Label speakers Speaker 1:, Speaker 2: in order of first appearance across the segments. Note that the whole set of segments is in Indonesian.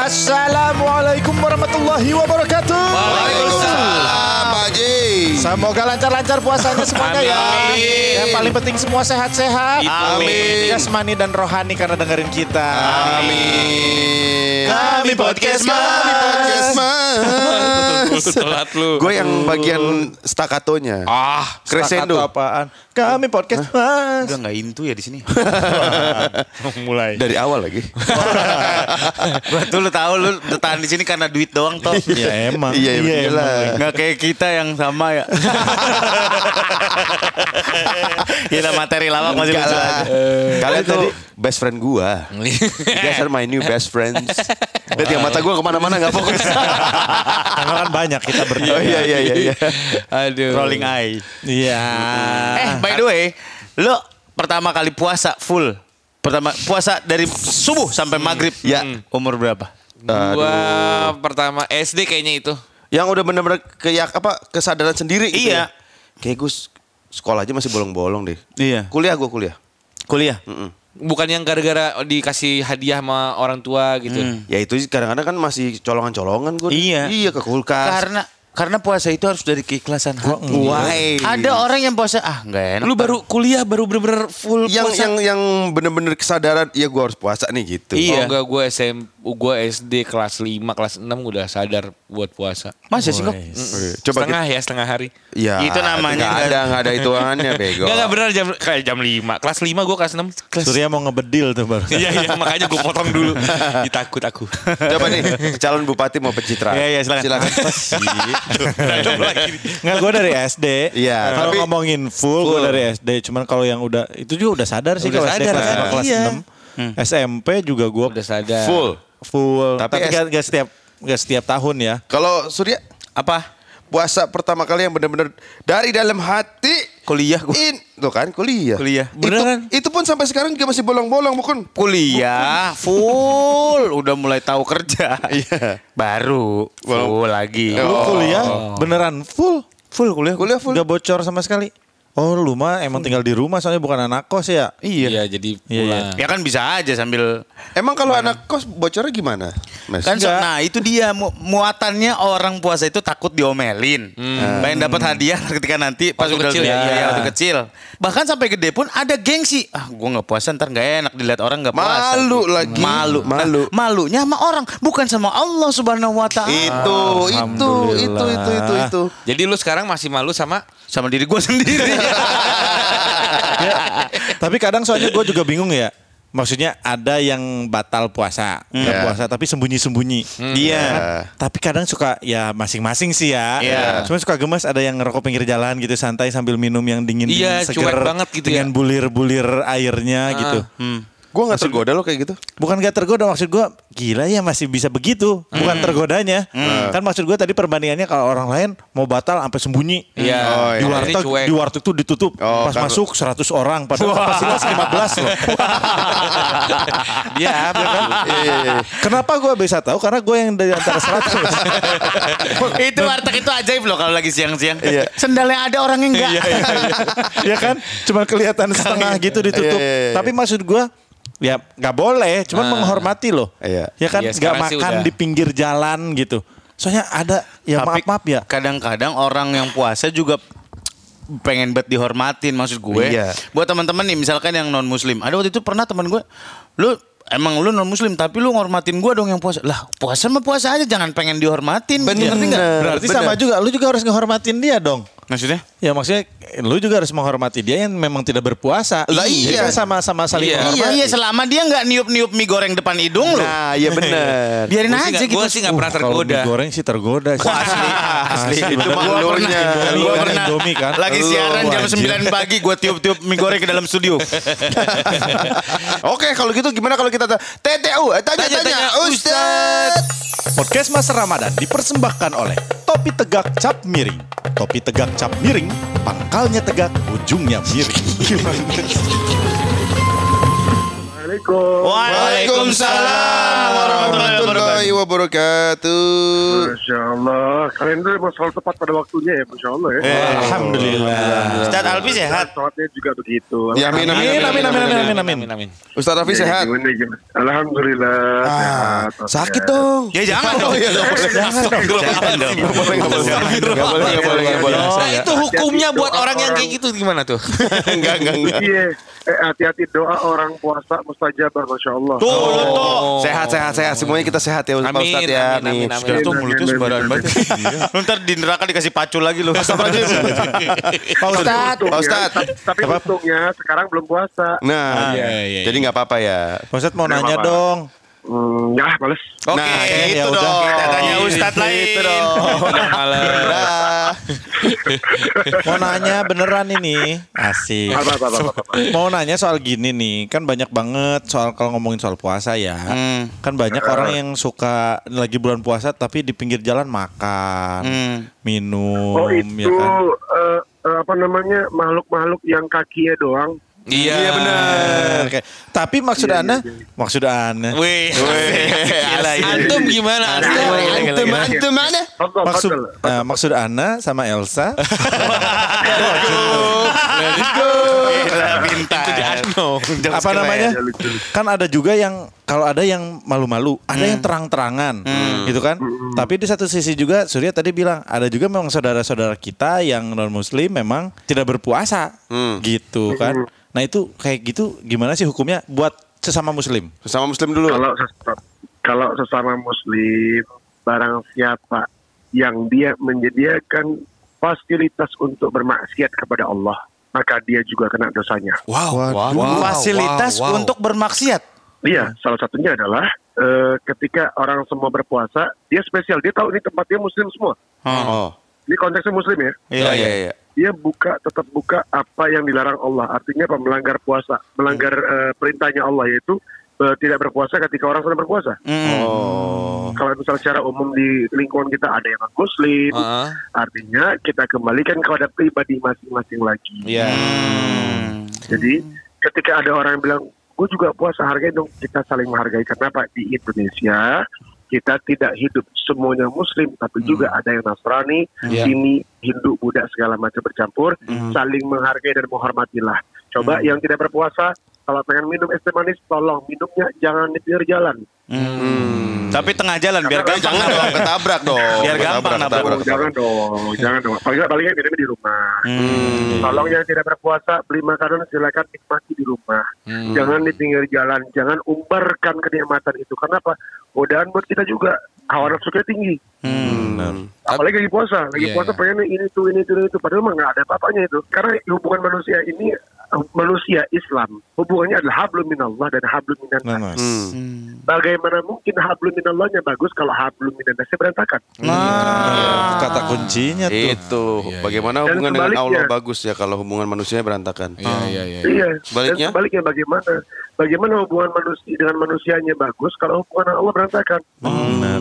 Speaker 1: Assalamualaikum warahmatullahi wabarakatuh.
Speaker 2: Waalaikumsalam Pak Ji.
Speaker 1: Semoga lancar-lancar puasanya semuanya ya.
Speaker 2: Amin.
Speaker 1: Yang paling penting semua sehat-sehat.
Speaker 2: Amin.
Speaker 1: Jasmani dan rohani karena dengerin kita.
Speaker 2: Amin.
Speaker 1: Kami podcast mas.
Speaker 2: Kami podcast mas.
Speaker 3: Telat lu.
Speaker 2: Gue yang bagian staccatonya.
Speaker 3: Ah,
Speaker 2: Crescendo.
Speaker 1: Kata apaan? Kami podcast mas.
Speaker 3: udah nggak intu ya di sini.
Speaker 1: Mulai.
Speaker 2: Dari awal lagi.
Speaker 3: Gua tuh lu tahu lu bertahan di sini karena duit doang toh.
Speaker 1: Ya emang.
Speaker 2: Iya, iya,
Speaker 1: emang.
Speaker 2: lah.
Speaker 3: Nggak kayak kita yang sama ya. Gila materi lama masih
Speaker 2: Enggak
Speaker 3: lucu
Speaker 2: lah.
Speaker 3: aja.
Speaker 2: Kalian tuh best friend gue. You guys are my new best friends. Lihat ya mata gue kemana-mana gak fokus.
Speaker 1: Karena kan banyak kita berdua.
Speaker 2: Oh iya, iya, iya. iya.
Speaker 4: Aduh.
Speaker 3: Rolling eye.
Speaker 1: Iya.
Speaker 3: Eh, by the way, lu pertama kali puasa full. Pertama puasa dari subuh sampai maghrib.
Speaker 2: Ya.
Speaker 3: Umur berapa?
Speaker 4: Gua pertama SD kayaknya itu.
Speaker 2: Yang udah bener-bener keyak apa kesadaran sendiri gitu
Speaker 3: Iya.
Speaker 2: ya. Kayak gue s- sekolah aja masih bolong-bolong deh.
Speaker 3: Iya.
Speaker 2: Kuliah gue kuliah.
Speaker 3: Kuliah.
Speaker 2: Mm-mm.
Speaker 4: Bukan yang gara-gara dikasih hadiah sama orang tua gitu.
Speaker 1: Hmm.
Speaker 2: Ya itu kadang-kadang kan masih colongan-colongan gue.
Speaker 3: Iya.
Speaker 2: Iya ke kulkas. Iya.
Speaker 3: Karena karena puasa itu harus dari keikhlasan hati.
Speaker 1: iya.
Speaker 2: Why?
Speaker 3: Ada orang yang puasa ah nggak enak.
Speaker 4: Lu baru kuliah baru bener-bener full
Speaker 2: yang
Speaker 4: puasa.
Speaker 2: yang yang bener-bener kesadaran ya gue harus puasa nih gitu.
Speaker 3: Iya.
Speaker 4: Oh enggak gue SM gue SD kelas 5 kelas 6 udah sadar buat puasa.
Speaker 3: masa sih kok?
Speaker 2: Oke,
Speaker 4: Coba
Speaker 2: Coba
Speaker 4: setengah ya setengah hari.
Speaker 2: kita- Ya,
Speaker 3: Itu namanya kan.
Speaker 2: nggak ada
Speaker 3: nggak-
Speaker 2: nggak ada hitungannya bego.
Speaker 4: Enggak enggak benar jam kayak jam 5. Kelas 5 gue kelas 6. Kelas
Speaker 1: Surya mau ngebedil tuh baru.
Speaker 4: Iya iya makanya gue potong dulu. Ditakut aku.
Speaker 2: Coba nih calon bupati mau pencitraan.
Speaker 3: Iya, iya, silakan.
Speaker 2: Apa sih?
Speaker 4: Berantem lagi.
Speaker 1: Nggak, gue dari SD.
Speaker 2: Iya,
Speaker 1: Kalau
Speaker 2: tapi-
Speaker 1: ngomongin full, gue
Speaker 2: Full.
Speaker 1: dari SD. Cuman kalau yang udah itu juga udah sadar sih kalau
Speaker 4: Udah
Speaker 1: SD
Speaker 4: sadar,
Speaker 1: kelas
Speaker 4: kan?
Speaker 1: lima, kelas
Speaker 4: Iya.
Speaker 1: 6. SMP juga gue
Speaker 4: Udah sadar.
Speaker 2: Full.
Speaker 1: full. Tapi,
Speaker 2: Tapi S-
Speaker 1: nggak nggak setiap nggak setiap tahun ya.
Speaker 2: Kalau Surya
Speaker 3: Apa?
Speaker 2: puasa pertama kali yang bener-bener dari dalam hati
Speaker 3: Kuliah gua.
Speaker 2: In, tuh kan kuliah.
Speaker 3: Kuliah.
Speaker 2: Itu-
Speaker 4: Beneran.
Speaker 2: Itu, pun sampai sekarang juga masih bolong-bolong bukan?
Speaker 3: Kuliah full, udah mulai tahu kerja.
Speaker 2: Iya.
Speaker 3: Baru full lagi.
Speaker 1: Lu kuliah beneran full.
Speaker 3: Full kuliah.
Speaker 2: Kuliah full.
Speaker 1: Nggak bocor sama sekali. Oh lu mah emang tinggal di rumah soalnya bukan anak kos ya.
Speaker 4: Iya jadi
Speaker 1: Iya, iya.
Speaker 4: pulang.
Speaker 3: Ya kan bisa aja sambil
Speaker 2: Emang kalau anak kos bocornya gimana? Mas?
Speaker 3: kan so-
Speaker 1: Enggak.
Speaker 3: nah itu dia mu- muatannya orang puasa itu takut diomelin. Nah, Pengen dapat hadiah ketika nanti pas
Speaker 4: Waktu
Speaker 3: udah
Speaker 4: kecil ya?
Speaker 3: iya,
Speaker 4: Iya.
Speaker 3: waktu kecil. Bahkan sampai gede pun ada gengsi. Ah, gua nggak puasa ntar nggak enak dilihat orang nggak puasa.
Speaker 2: Malu lagi.
Speaker 3: Malu. Nah,
Speaker 2: Malu.
Speaker 3: malunya sama orang, bukan sama Allah Subhanahu wa taala.
Speaker 2: itu, itu, itu, itu, itu, itu.
Speaker 4: Jadi lu sekarang masih malu sama
Speaker 3: Sama diri gua sendiri.
Speaker 1: Ya, tapi kadang soalnya gue juga bingung ya. Maksudnya ada yang batal puasa, nggak
Speaker 2: Iya.
Speaker 1: puasa tapi sembunyi-sembunyi. Kan?
Speaker 4: Hmm.
Speaker 3: Iya.
Speaker 1: Tapi kadang suka ya masing-masing sih ya.
Speaker 3: Iya.
Speaker 1: Cuma suka gemes ada yang ngerokok pinggir jalan gitu santai sambil minum yang dingin
Speaker 4: Iya, cuek banget gitu
Speaker 1: dengan
Speaker 4: ya.
Speaker 1: bulir-bulir airnya gitu.
Speaker 2: Gue gak tergoda lo kayak gitu.
Speaker 1: Bukan gak tergoda maksud gue gila ya masih bisa begitu. Bukan
Speaker 2: Hmm.
Speaker 1: tergodanya. Kan maksud gue tadi perbandingannya kalau orang lain mau batal sampai sembunyi.
Speaker 4: Iya.
Speaker 2: Oh, iya.
Speaker 1: Di
Speaker 4: Ini
Speaker 1: warteg,
Speaker 4: cuek.
Speaker 1: di warteg tuh ditutup.
Speaker 2: Oh,
Speaker 1: Pas
Speaker 2: kan-
Speaker 1: masuk 100 orang, padahal kapasitas 15 loh.
Speaker 4: Dia
Speaker 2: Iya
Speaker 4: apa?
Speaker 2: kan?
Speaker 1: Iya. Kenapa gue bisa tahu? Karena gue yang dari antara 100.
Speaker 3: itu warteg itu ajaib loh kalau lagi siang-siang. Sendalnya ada orangnya enggak.
Speaker 1: ya kan? Cuma kelihatan setengah gitu ditutup.
Speaker 2: Iya, iya, iya.
Speaker 1: Tapi maksud gue ya nggak boleh, cuman menghormati loh.
Speaker 2: Iya.
Speaker 1: Ya kan nggak
Speaker 4: Iya, sekarang sih
Speaker 1: makan
Speaker 4: udah.
Speaker 1: di pinggir jalan gitu. Soalnya ada ya
Speaker 3: Tapi
Speaker 1: maaf-maaf ya.
Speaker 3: Kadang-kadang orang yang puasa juga pengen buat dihormatin maksud gue.
Speaker 2: Iya.
Speaker 3: Buat teman-teman nih misalkan yang non muslim. Ada waktu itu pernah teman gue, lu emang lu non muslim tapi lu ngormatin gue dong yang puasa. Lah, puasa mah puasa aja jangan pengen dihormatin. gitu.
Speaker 2: Bener.
Speaker 3: Ngerti nggak?
Speaker 1: Berarti
Speaker 2: bener.
Speaker 1: sama juga, lu juga harus ngehormatin dia dong.
Speaker 3: Maksudnya?
Speaker 1: Ya maksudnya lu juga harus menghormati dia yang memang tidak berpuasa.
Speaker 2: Lah,
Speaker 1: Jadi
Speaker 2: iya.
Speaker 1: kan sama-sama saling
Speaker 4: Iya.
Speaker 1: menghormati.
Speaker 3: Iya, iya selama dia nggak niup-niup mie goreng depan hidung lu.
Speaker 2: Nah, iya bener.
Speaker 3: Biarin
Speaker 4: Gua sih
Speaker 3: aja
Speaker 4: nggak-
Speaker 3: gitu.
Speaker 4: gua sih nggak pernah
Speaker 1: Uh, Kalau
Speaker 4: tergoda.
Speaker 1: mie goreng sih tergoda sih.
Speaker 2: Asli,
Speaker 1: Asli,
Speaker 2: itu
Speaker 1: bener.
Speaker 2: mah
Speaker 3: Gua
Speaker 2: elunya.
Speaker 3: pernah,
Speaker 1: Indomie
Speaker 3: gua
Speaker 1: kan,
Speaker 3: pernah.
Speaker 1: Indomie kan.
Speaker 3: Lagi
Speaker 2: Lu,
Speaker 3: siaran jam
Speaker 1: anjir.
Speaker 3: 9 pagi gue tiup-tiup mie goreng ke dalam studio.
Speaker 2: Oke, kalau gitu gimana kalau kita ta- TTU? Eh, Tanya-tanya, Ustaz.
Speaker 1: Podcast Mas Ramadan dipersembahkan oleh Topi Tegak Cap Miring. Topi tegak cap miring, pangkalnya tegak, ujungnya miring.
Speaker 5: Assalamualaikum.
Speaker 2: Waalaikumsalam warahmatullahi wabarakatuh.
Speaker 5: Masya Allah. Kalian tuh emang selalu tepat pada waktunya ya, Masya Allah
Speaker 1: Eh.
Speaker 5: ya.
Speaker 1: Alhamdulillah.
Speaker 3: Ustaz Alfi sehat.
Speaker 5: Sholatnya juga begitu.
Speaker 2: Ya, amin, amin, amin, amin, amin.
Speaker 1: amin, amin.
Speaker 2: Ustaz Rafi sehat.
Speaker 5: Gimana, gimana? Alhamdulillah.
Speaker 1: Ah,
Speaker 5: sehat.
Speaker 1: sakit dong.
Speaker 3: Ya jangan dong.
Speaker 1: Jangan dong.
Speaker 3: Jangan dong.
Speaker 2: Nggak boleh, nggak boleh. Nggak boleh, nggak boleh, nggak boleh.
Speaker 4: Nah itu hukumnya
Speaker 5: Jadi
Speaker 4: buat
Speaker 5: doa
Speaker 4: orang yang
Speaker 5: orang-
Speaker 4: kayak gitu gimana tuh?
Speaker 2: Enggak, enggak, enggak.
Speaker 5: Iya. Eh, hati-hati doa orang puasa mustajabah, Masya Allah. Oh,
Speaker 3: Tuh, lu tuh.
Speaker 2: Sehat, sehat, sehat. Semuanya kita sehat ya, Pak
Speaker 4: Amin,
Speaker 2: Ustaz ya.
Speaker 4: amin, amin,
Speaker 2: Nih.
Speaker 4: amin.
Speaker 5: Tuh, mulut tuh sembarangan banget.
Speaker 3: Lu ntar di neraka dikasih pacul lagi lu.
Speaker 1: Pak Ustadz.
Speaker 5: Untungnya,
Speaker 2: Pak Ustadz.
Speaker 5: ya. tapi- Tapi untungnya sekarang belum puasa.
Speaker 2: Nah,
Speaker 4: iya, iya,
Speaker 2: jadi nggak apa-apa ya.
Speaker 1: Pak Ustadz mau nanya
Speaker 5: apa-apa.
Speaker 1: dong.
Speaker 5: Hmm, ya, males.
Speaker 2: Oke, nah, gitu dong.
Speaker 3: Kita tanya Ustadz lain.
Speaker 2: Gitu dong.
Speaker 4: Malah.
Speaker 2: Dah.
Speaker 1: Mau nanya beneran ini. Asik.
Speaker 5: Apa, apa, apa, apa, apa.
Speaker 1: Mau nanya soal gini nih, kan banyak banget soal kalau ngomongin soal puasa ya.
Speaker 3: Hmm.
Speaker 1: Kan banyak orang yang suka lagi bulan puasa tapi di pinggir jalan makan,
Speaker 3: Hmm.
Speaker 1: minum,
Speaker 5: Oh itu
Speaker 1: ya kan.
Speaker 5: eh, eh, apa namanya makhluk-makhluk yang kakinya doang.
Speaker 4: Iya
Speaker 2: Iya benar.
Speaker 1: Oke. Nah, Tapi maksud
Speaker 5: Iya, iya,
Speaker 1: Anda,
Speaker 5: iya.
Speaker 1: maksud Anda,
Speaker 3: Wih, gila ya.
Speaker 4: Antum gimana? Antum, antum, antum.
Speaker 2: Antum mana?
Speaker 5: Fadol,
Speaker 1: maksud
Speaker 5: fadol.
Speaker 1: eh, maksud Anda sama Elsa
Speaker 3: Gila pintar. Jam
Speaker 1: apa
Speaker 3: sekeren.
Speaker 1: namanya?
Speaker 5: ya, lucu.
Speaker 1: Kan ada juga yang kalau ada yang malu-malu, ada
Speaker 2: Hmm.
Speaker 1: yang terang-terangan, gitu kan?
Speaker 5: Hmm.
Speaker 1: Tapi di satu sisi juga Surya tadi bilang ada juga memang saudara-saudara kita yang non muslim memang tidak berpuasa,
Speaker 2: Hmm.
Speaker 1: gitu kan?
Speaker 5: Hmm.
Speaker 1: Nah itu kayak gitu gimana sih hukumnya buat sesama muslim?
Speaker 2: Sesama muslim dulu.
Speaker 5: Kalau ses- kalau sesama muslim barang siapa yang dia menyediakan fasilitas untuk bermaksiat kepada Allah, maka dia juga kena dosanya.
Speaker 4: Wow, wow,
Speaker 3: Fasilitas untuk bermaksiat.
Speaker 5: Iya, salah satunya adalah eh, ketika orang semua berpuasa, dia spesial, dia tahu ini tempatnya muslim semua.
Speaker 2: Oh.
Speaker 5: Ini konteksnya muslim ya.
Speaker 2: Iya, iya, iya.
Speaker 5: dia buka tetap buka apa yang dilarang Allah artinya apa melanggar puasa melanggar eh, perintahnya Allah yaitu eh, tidak berpuasa ketika orang sedang berpuasa
Speaker 2: Oh.
Speaker 5: kalau misalnya secara umum di lingkungan kita ada yang non muslim
Speaker 4: Heeh.
Speaker 5: artinya kita kembalikan kepada pribadi masing-masing lagi
Speaker 4: Iya.
Speaker 5: jadi ketika ada orang yang bilang gue juga puasa hargai dong kita saling menghargai kenapa di Indonesia kita tidak hidup semuanya Muslim tapi juga ada yang Nasrani,
Speaker 4: Iya.
Speaker 5: Sini, Hindu, Buddha segala macam bercampur saling menghargai dan menghormatilah. Coba yang tidak berpuasa kalau pengen minum es teh manis tolong minumnya jangan di pinggir jalan.
Speaker 3: Tapi tengah jalan biar
Speaker 5: Tapi
Speaker 3: gampang.
Speaker 2: Jangan dong, Nah, ketabrak dong.
Speaker 3: Biar gampang
Speaker 2: Ketabrak,
Speaker 3: nabrak.
Speaker 2: ketabrak,
Speaker 5: Oh, jangan
Speaker 2: ketabrak.
Speaker 5: dong, jangan dong. Paling paling nggak minumnya di rumah.
Speaker 4: Hmm.
Speaker 5: Tolong yang tidak berpuasa beli makanan silakan nikmati di rumah.
Speaker 4: Hmm.
Speaker 5: Jangan di pinggir jalan, jangan umbarkan kenikmatan itu. Kenapa? Godaan buat kita juga. Hawa nafsu kita tinggi.
Speaker 4: Hmm.
Speaker 5: Apalagi lagi puasa, lagi
Speaker 4: Iya,
Speaker 5: puasa
Speaker 4: iya.
Speaker 5: pengen ini itu ini itu ini itu. Padahal mah nggak ada apa-apanya itu. Karena hubungan manusia ini eh, manusia Islam hubungannya adalah hablum minallah dan hablum minan.
Speaker 1: Nah, Mas.
Speaker 2: Hmm.
Speaker 5: Bagaimana mungkin hablum minallahnya bagus kalau hablum minannasnya berantakan?
Speaker 1: Nah. Kata kuncinya
Speaker 4: Iya
Speaker 1: tuh.
Speaker 2: Itu. Bagaimana
Speaker 5: Dan
Speaker 2: hubungan dengan Allah
Speaker 5: sebaliknya.
Speaker 2: bagus ya kalau hubungan manusianya berantakan.
Speaker 4: Iya, iya, iya.
Speaker 5: Iya.
Speaker 2: Sebaliknya?
Speaker 5: Dan sebaliknya bagaimana? Bagaimana hubungan manusia dengan manusianya bagus kalau hubungan Allah berantakan?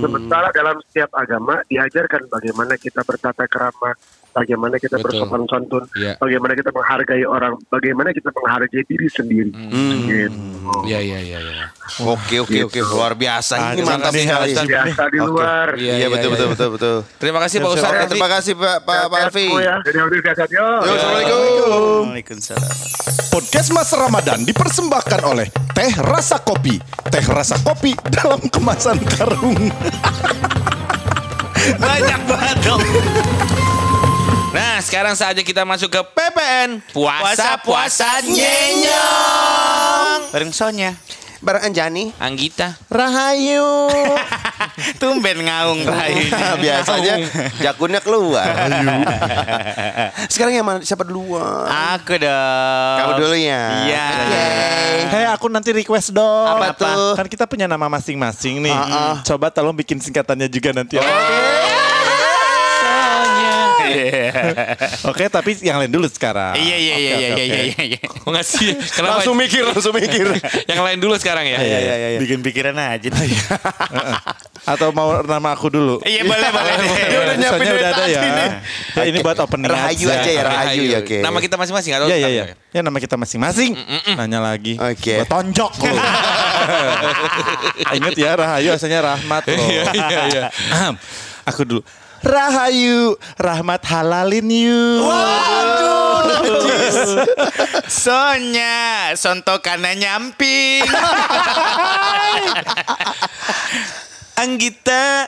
Speaker 5: Sementara dalam setiap agama diajarkan bagaimana kita bertata kerama, bagaimana kita
Speaker 4: Betul.
Speaker 5: bersopan santun,
Speaker 4: Iya.
Speaker 5: bagaimana kita menghargai orang, bagaimana kita menghargai diri sendiri.
Speaker 2: Mm-hmm.
Speaker 5: Gitu.
Speaker 4: Iya, iya, iya, iya.
Speaker 2: Hmm. Oke, oke, oke. Luar biasa. Ini
Speaker 1: Ah,
Speaker 2: mantap
Speaker 1: jangan
Speaker 2: sekali.
Speaker 1: nih, Ustaz.
Speaker 5: Biasa di
Speaker 2: Oke.
Speaker 5: luar.
Speaker 4: Iya,
Speaker 2: Iya, betul,
Speaker 4: iya,
Speaker 2: betul,
Speaker 4: iya.
Speaker 2: betul, betul.
Speaker 4: Terima kasih Pak Ustaz.
Speaker 2: Oke, terima kasih Pak Pak Pak Alfi.
Speaker 5: Hati-hati, ya. Jadi, hati-hati, hati-hati, yo.
Speaker 2: Yo,
Speaker 4: Iya.
Speaker 2: Assalamualaikum.
Speaker 3: Waalaikumsalam.
Speaker 6: Podcast Mas Ramadan dipersembahkan oleh Teh Rasa Kopi. Teh Rasa Kopi dalam kemasan karung.
Speaker 3: Banyak banget dong.
Speaker 4: Nah, sekarang saatnya kita masuk ke PPN. Puasa-puasa nyenyong.
Speaker 3: Bareng Sonya.
Speaker 2: Barang Anjani.
Speaker 4: Anggita.
Speaker 2: Rahayu.
Speaker 3: Tumben ngaung Rai.
Speaker 2: Biasanya
Speaker 4: Iya.
Speaker 2: jakunnya keluar. Sekarang yang mana siapa duluan?
Speaker 3: Aku
Speaker 4: Ah.
Speaker 3: dong.
Speaker 2: Kamu dulu ya.
Speaker 3: Iya.
Speaker 2: Oke.
Speaker 1: Hei aku nanti request dong.
Speaker 2: Apa tuh?
Speaker 1: Kan kita punya nama masing-masing nih.
Speaker 2: Ah, ah.
Speaker 1: Coba tolong bikin singkatannya juga nanti. ya.
Speaker 2: Oh.
Speaker 1: Oke, tapi yang lain dulu sekarang.
Speaker 3: Iya iya iya
Speaker 1: Oke,
Speaker 3: iya
Speaker 1: oke,
Speaker 3: iya
Speaker 1: oke.
Speaker 3: iya, iya.
Speaker 4: Oh, nggak sih? Kenapa?
Speaker 2: Langsung mikir, langsung mikir.
Speaker 4: Yang lain dulu sekarang ya.
Speaker 1: Iya, iya, iya.
Speaker 3: Bikin pikiran aja.
Speaker 7: iya, atau mau nama aku dulu?
Speaker 3: Iya boleh boleh.
Speaker 7: Dia udah nyiapin
Speaker 3: Soalnya
Speaker 7: udah ada ya.
Speaker 3: tadi nih.
Speaker 7: Ya, ini buat opening
Speaker 2: Rahayu aja ya, Rahayu ya, oke.
Speaker 4: Iya, Nama kita masing-masing atau
Speaker 7: Ya ya ya. Ya nama kita masing-masing. Nanya lagi.
Speaker 2: Oke.
Speaker 7: Gua tonjok lu. Ingat ya Rahayu asalnya Rahmat loh. Iya iya. Aku dulu. Rahayu, Rahmat halalin you.
Speaker 3: Sonya, sonto karena nyamping.
Speaker 4: Anggita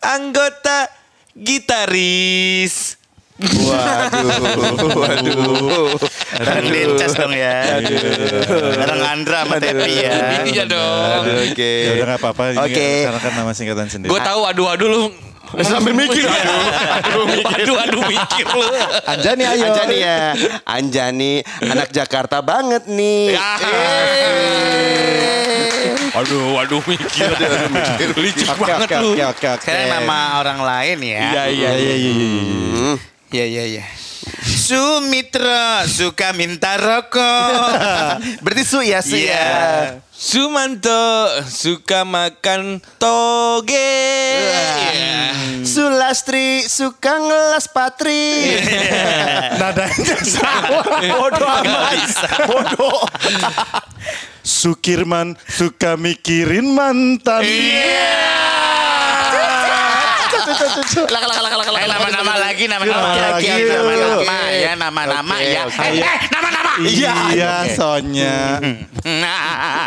Speaker 4: anggota gitaris.
Speaker 2: Waduh, waduh.
Speaker 3: Bareng Dencas dong ya. Bareng Andra sama Tepi ya.
Speaker 4: Iya dong.
Speaker 2: Aduh, Oke.
Speaker 7: Ya udah nggak apa-apa. ini
Speaker 2: Oke.
Speaker 7: Karena kan nama singkatan sendiri.
Speaker 4: Gue tahu aduh aduh lu.
Speaker 2: Sambil mikir, aduh.
Speaker 4: Aduh aduh aduh mikir lu.
Speaker 7: Anjani ayo.
Speaker 2: Anjani ya. Anjani anak Jakarta banget nih.
Speaker 7: Ya.
Speaker 4: Ah.
Speaker 2: Eh.
Speaker 4: Aduh aduh mikir. Licik
Speaker 2: Oke,
Speaker 4: banget
Speaker 2: oke,
Speaker 4: lu.
Speaker 2: Oke, oke, oke.
Speaker 3: Sekarang nama orang lain ya.
Speaker 4: Iya iya iya.
Speaker 2: Hmm.
Speaker 3: Iya iya iya. Sumitra suka minta rokok. Berarti su ya su
Speaker 4: Iya.
Speaker 3: ya.
Speaker 4: Sumanto suka makan toge. Iya.
Speaker 2: Sulastri suka ngelas patri.
Speaker 7: Nadanya salah. Bodoh amat. Bodoh. Sukirman suka mikirin
Speaker 3: Iya.
Speaker 7: mantan.
Speaker 2: Iya.
Speaker 3: Eh, nama-nama lagi nama-nama
Speaker 2: Iya,
Speaker 3: Oke, oke,
Speaker 7: Nama lagi.
Speaker 3: nama-nama ya nama-nama ya. Eh, eh, nama-nama.
Speaker 7: Iya, Sonya.
Speaker 2: Hmm,
Speaker 3: Nah.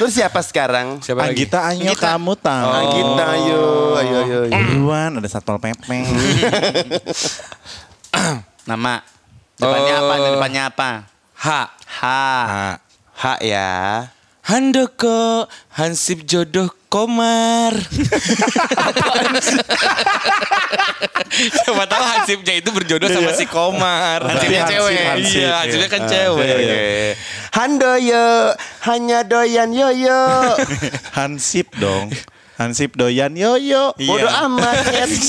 Speaker 2: Terus siapa sekarang?
Speaker 8: Siapa lagi?
Speaker 7: Anggita Anyo kamu tahu.
Speaker 2: Oh. Anggita,
Speaker 7: Oh.
Speaker 2: ayo, ayo, ayo. ayo.
Speaker 7: Buruan ada satpol PP.
Speaker 3: Nama. Depannya apa?
Speaker 2: Oh.
Speaker 4: Eh.
Speaker 3: Depannya apa?
Speaker 4: H.
Speaker 3: H.
Speaker 2: Hak ya.
Speaker 4: Handoko Hansip jodoh Komar. Apaan sih? Siapa tahu Hansipnya itu berjodoh sama si Komar.
Speaker 3: Hansipnya
Speaker 7: Hansip,
Speaker 3: cewek.
Speaker 7: Hansip.
Speaker 4: Iya, Hansipnya kan cewek.
Speaker 2: Handoyo, hanya doyan yoyo.
Speaker 7: Hansip dong. Hansip doyan yoyo.
Speaker 2: Bodoh amat. Ed.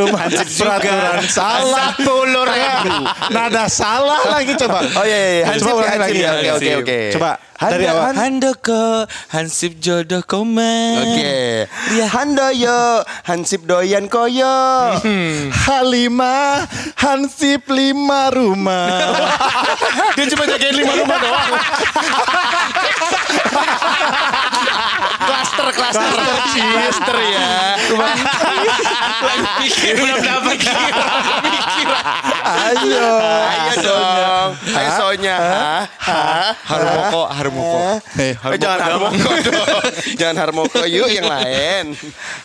Speaker 7: Lu Hansip peraturan salah.
Speaker 3: Pulur.
Speaker 7: ya. Nada salah lagi coba.
Speaker 2: Oh iya, iya, iya. Hansip,
Speaker 7: Coba ulangi
Speaker 2: Hansip,
Speaker 7: lagi.
Speaker 2: ya. Oke, oke, oke.
Speaker 7: Coba dari
Speaker 2: Handa-
Speaker 7: awal.
Speaker 4: Handoko Hansip jodoh Komar.
Speaker 2: Oke.
Speaker 7: Iya.
Speaker 2: Handoyo, Hansip doyan koyo.
Speaker 7: Hmm. Halima Hansip lima rumah.
Speaker 4: Dia cuma jagain lima rumah doang.
Speaker 2: Klaster, klaster, klaster ya.
Speaker 4: Lagi mikir belum dapat
Speaker 7: Ayo.
Speaker 2: Ayo dong. Ayo Sonya. Hah? Hah?
Speaker 4: Harmoko, Harmoko.
Speaker 7: Eh,
Speaker 2: Eh, jangan harmoko dong. jangan harmoko yuk yang lain.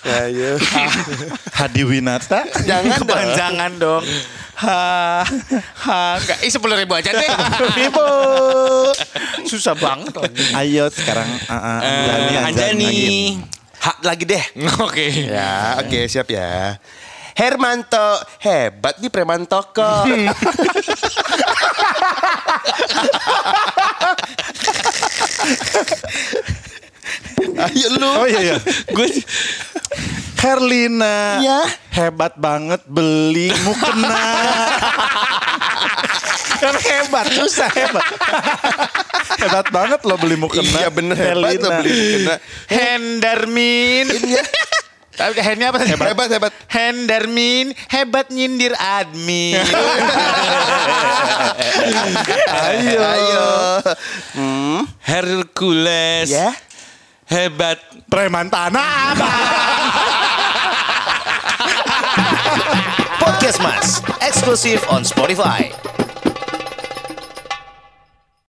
Speaker 2: Ayo.
Speaker 7: Hadi Winata.
Speaker 2: Jangan dong.
Speaker 3: Kepanjangan dong. Ha, ha, enggak. Ih, sepuluh ribu aja deh.
Speaker 7: Ibu.
Speaker 3: Susah banget.
Speaker 7: Ayo sekarang uh, uh, Anjani, Anjani.
Speaker 4: Nah, Anjani.
Speaker 2: Hak lagi deh.
Speaker 4: Oke.
Speaker 2: Ya, oke siap ya. Hermanto hebat di preman toko. Ayo lu.
Speaker 7: Oh iya iya.
Speaker 4: Gue
Speaker 7: Herlina.
Speaker 2: Iya.
Speaker 7: Hebat banget beli mukena. kan hebat, susah hebat. hebat banget lo beli mukena.
Speaker 2: Iya bener hebat
Speaker 7: Herlina.
Speaker 2: tuh beli mukena.
Speaker 3: Hendarmin. Tapi handnya apa tadi?
Speaker 2: Iya. Hebat hebat.
Speaker 3: Hendarmin hebat nyindir admin.
Speaker 2: Ayo. Ayo. Hmm.
Speaker 4: Hercules.
Speaker 2: Ya.
Speaker 4: Hebat.
Speaker 7: Preman tanah apa?
Speaker 3: Podcast Mas, eksklusif on Spotify.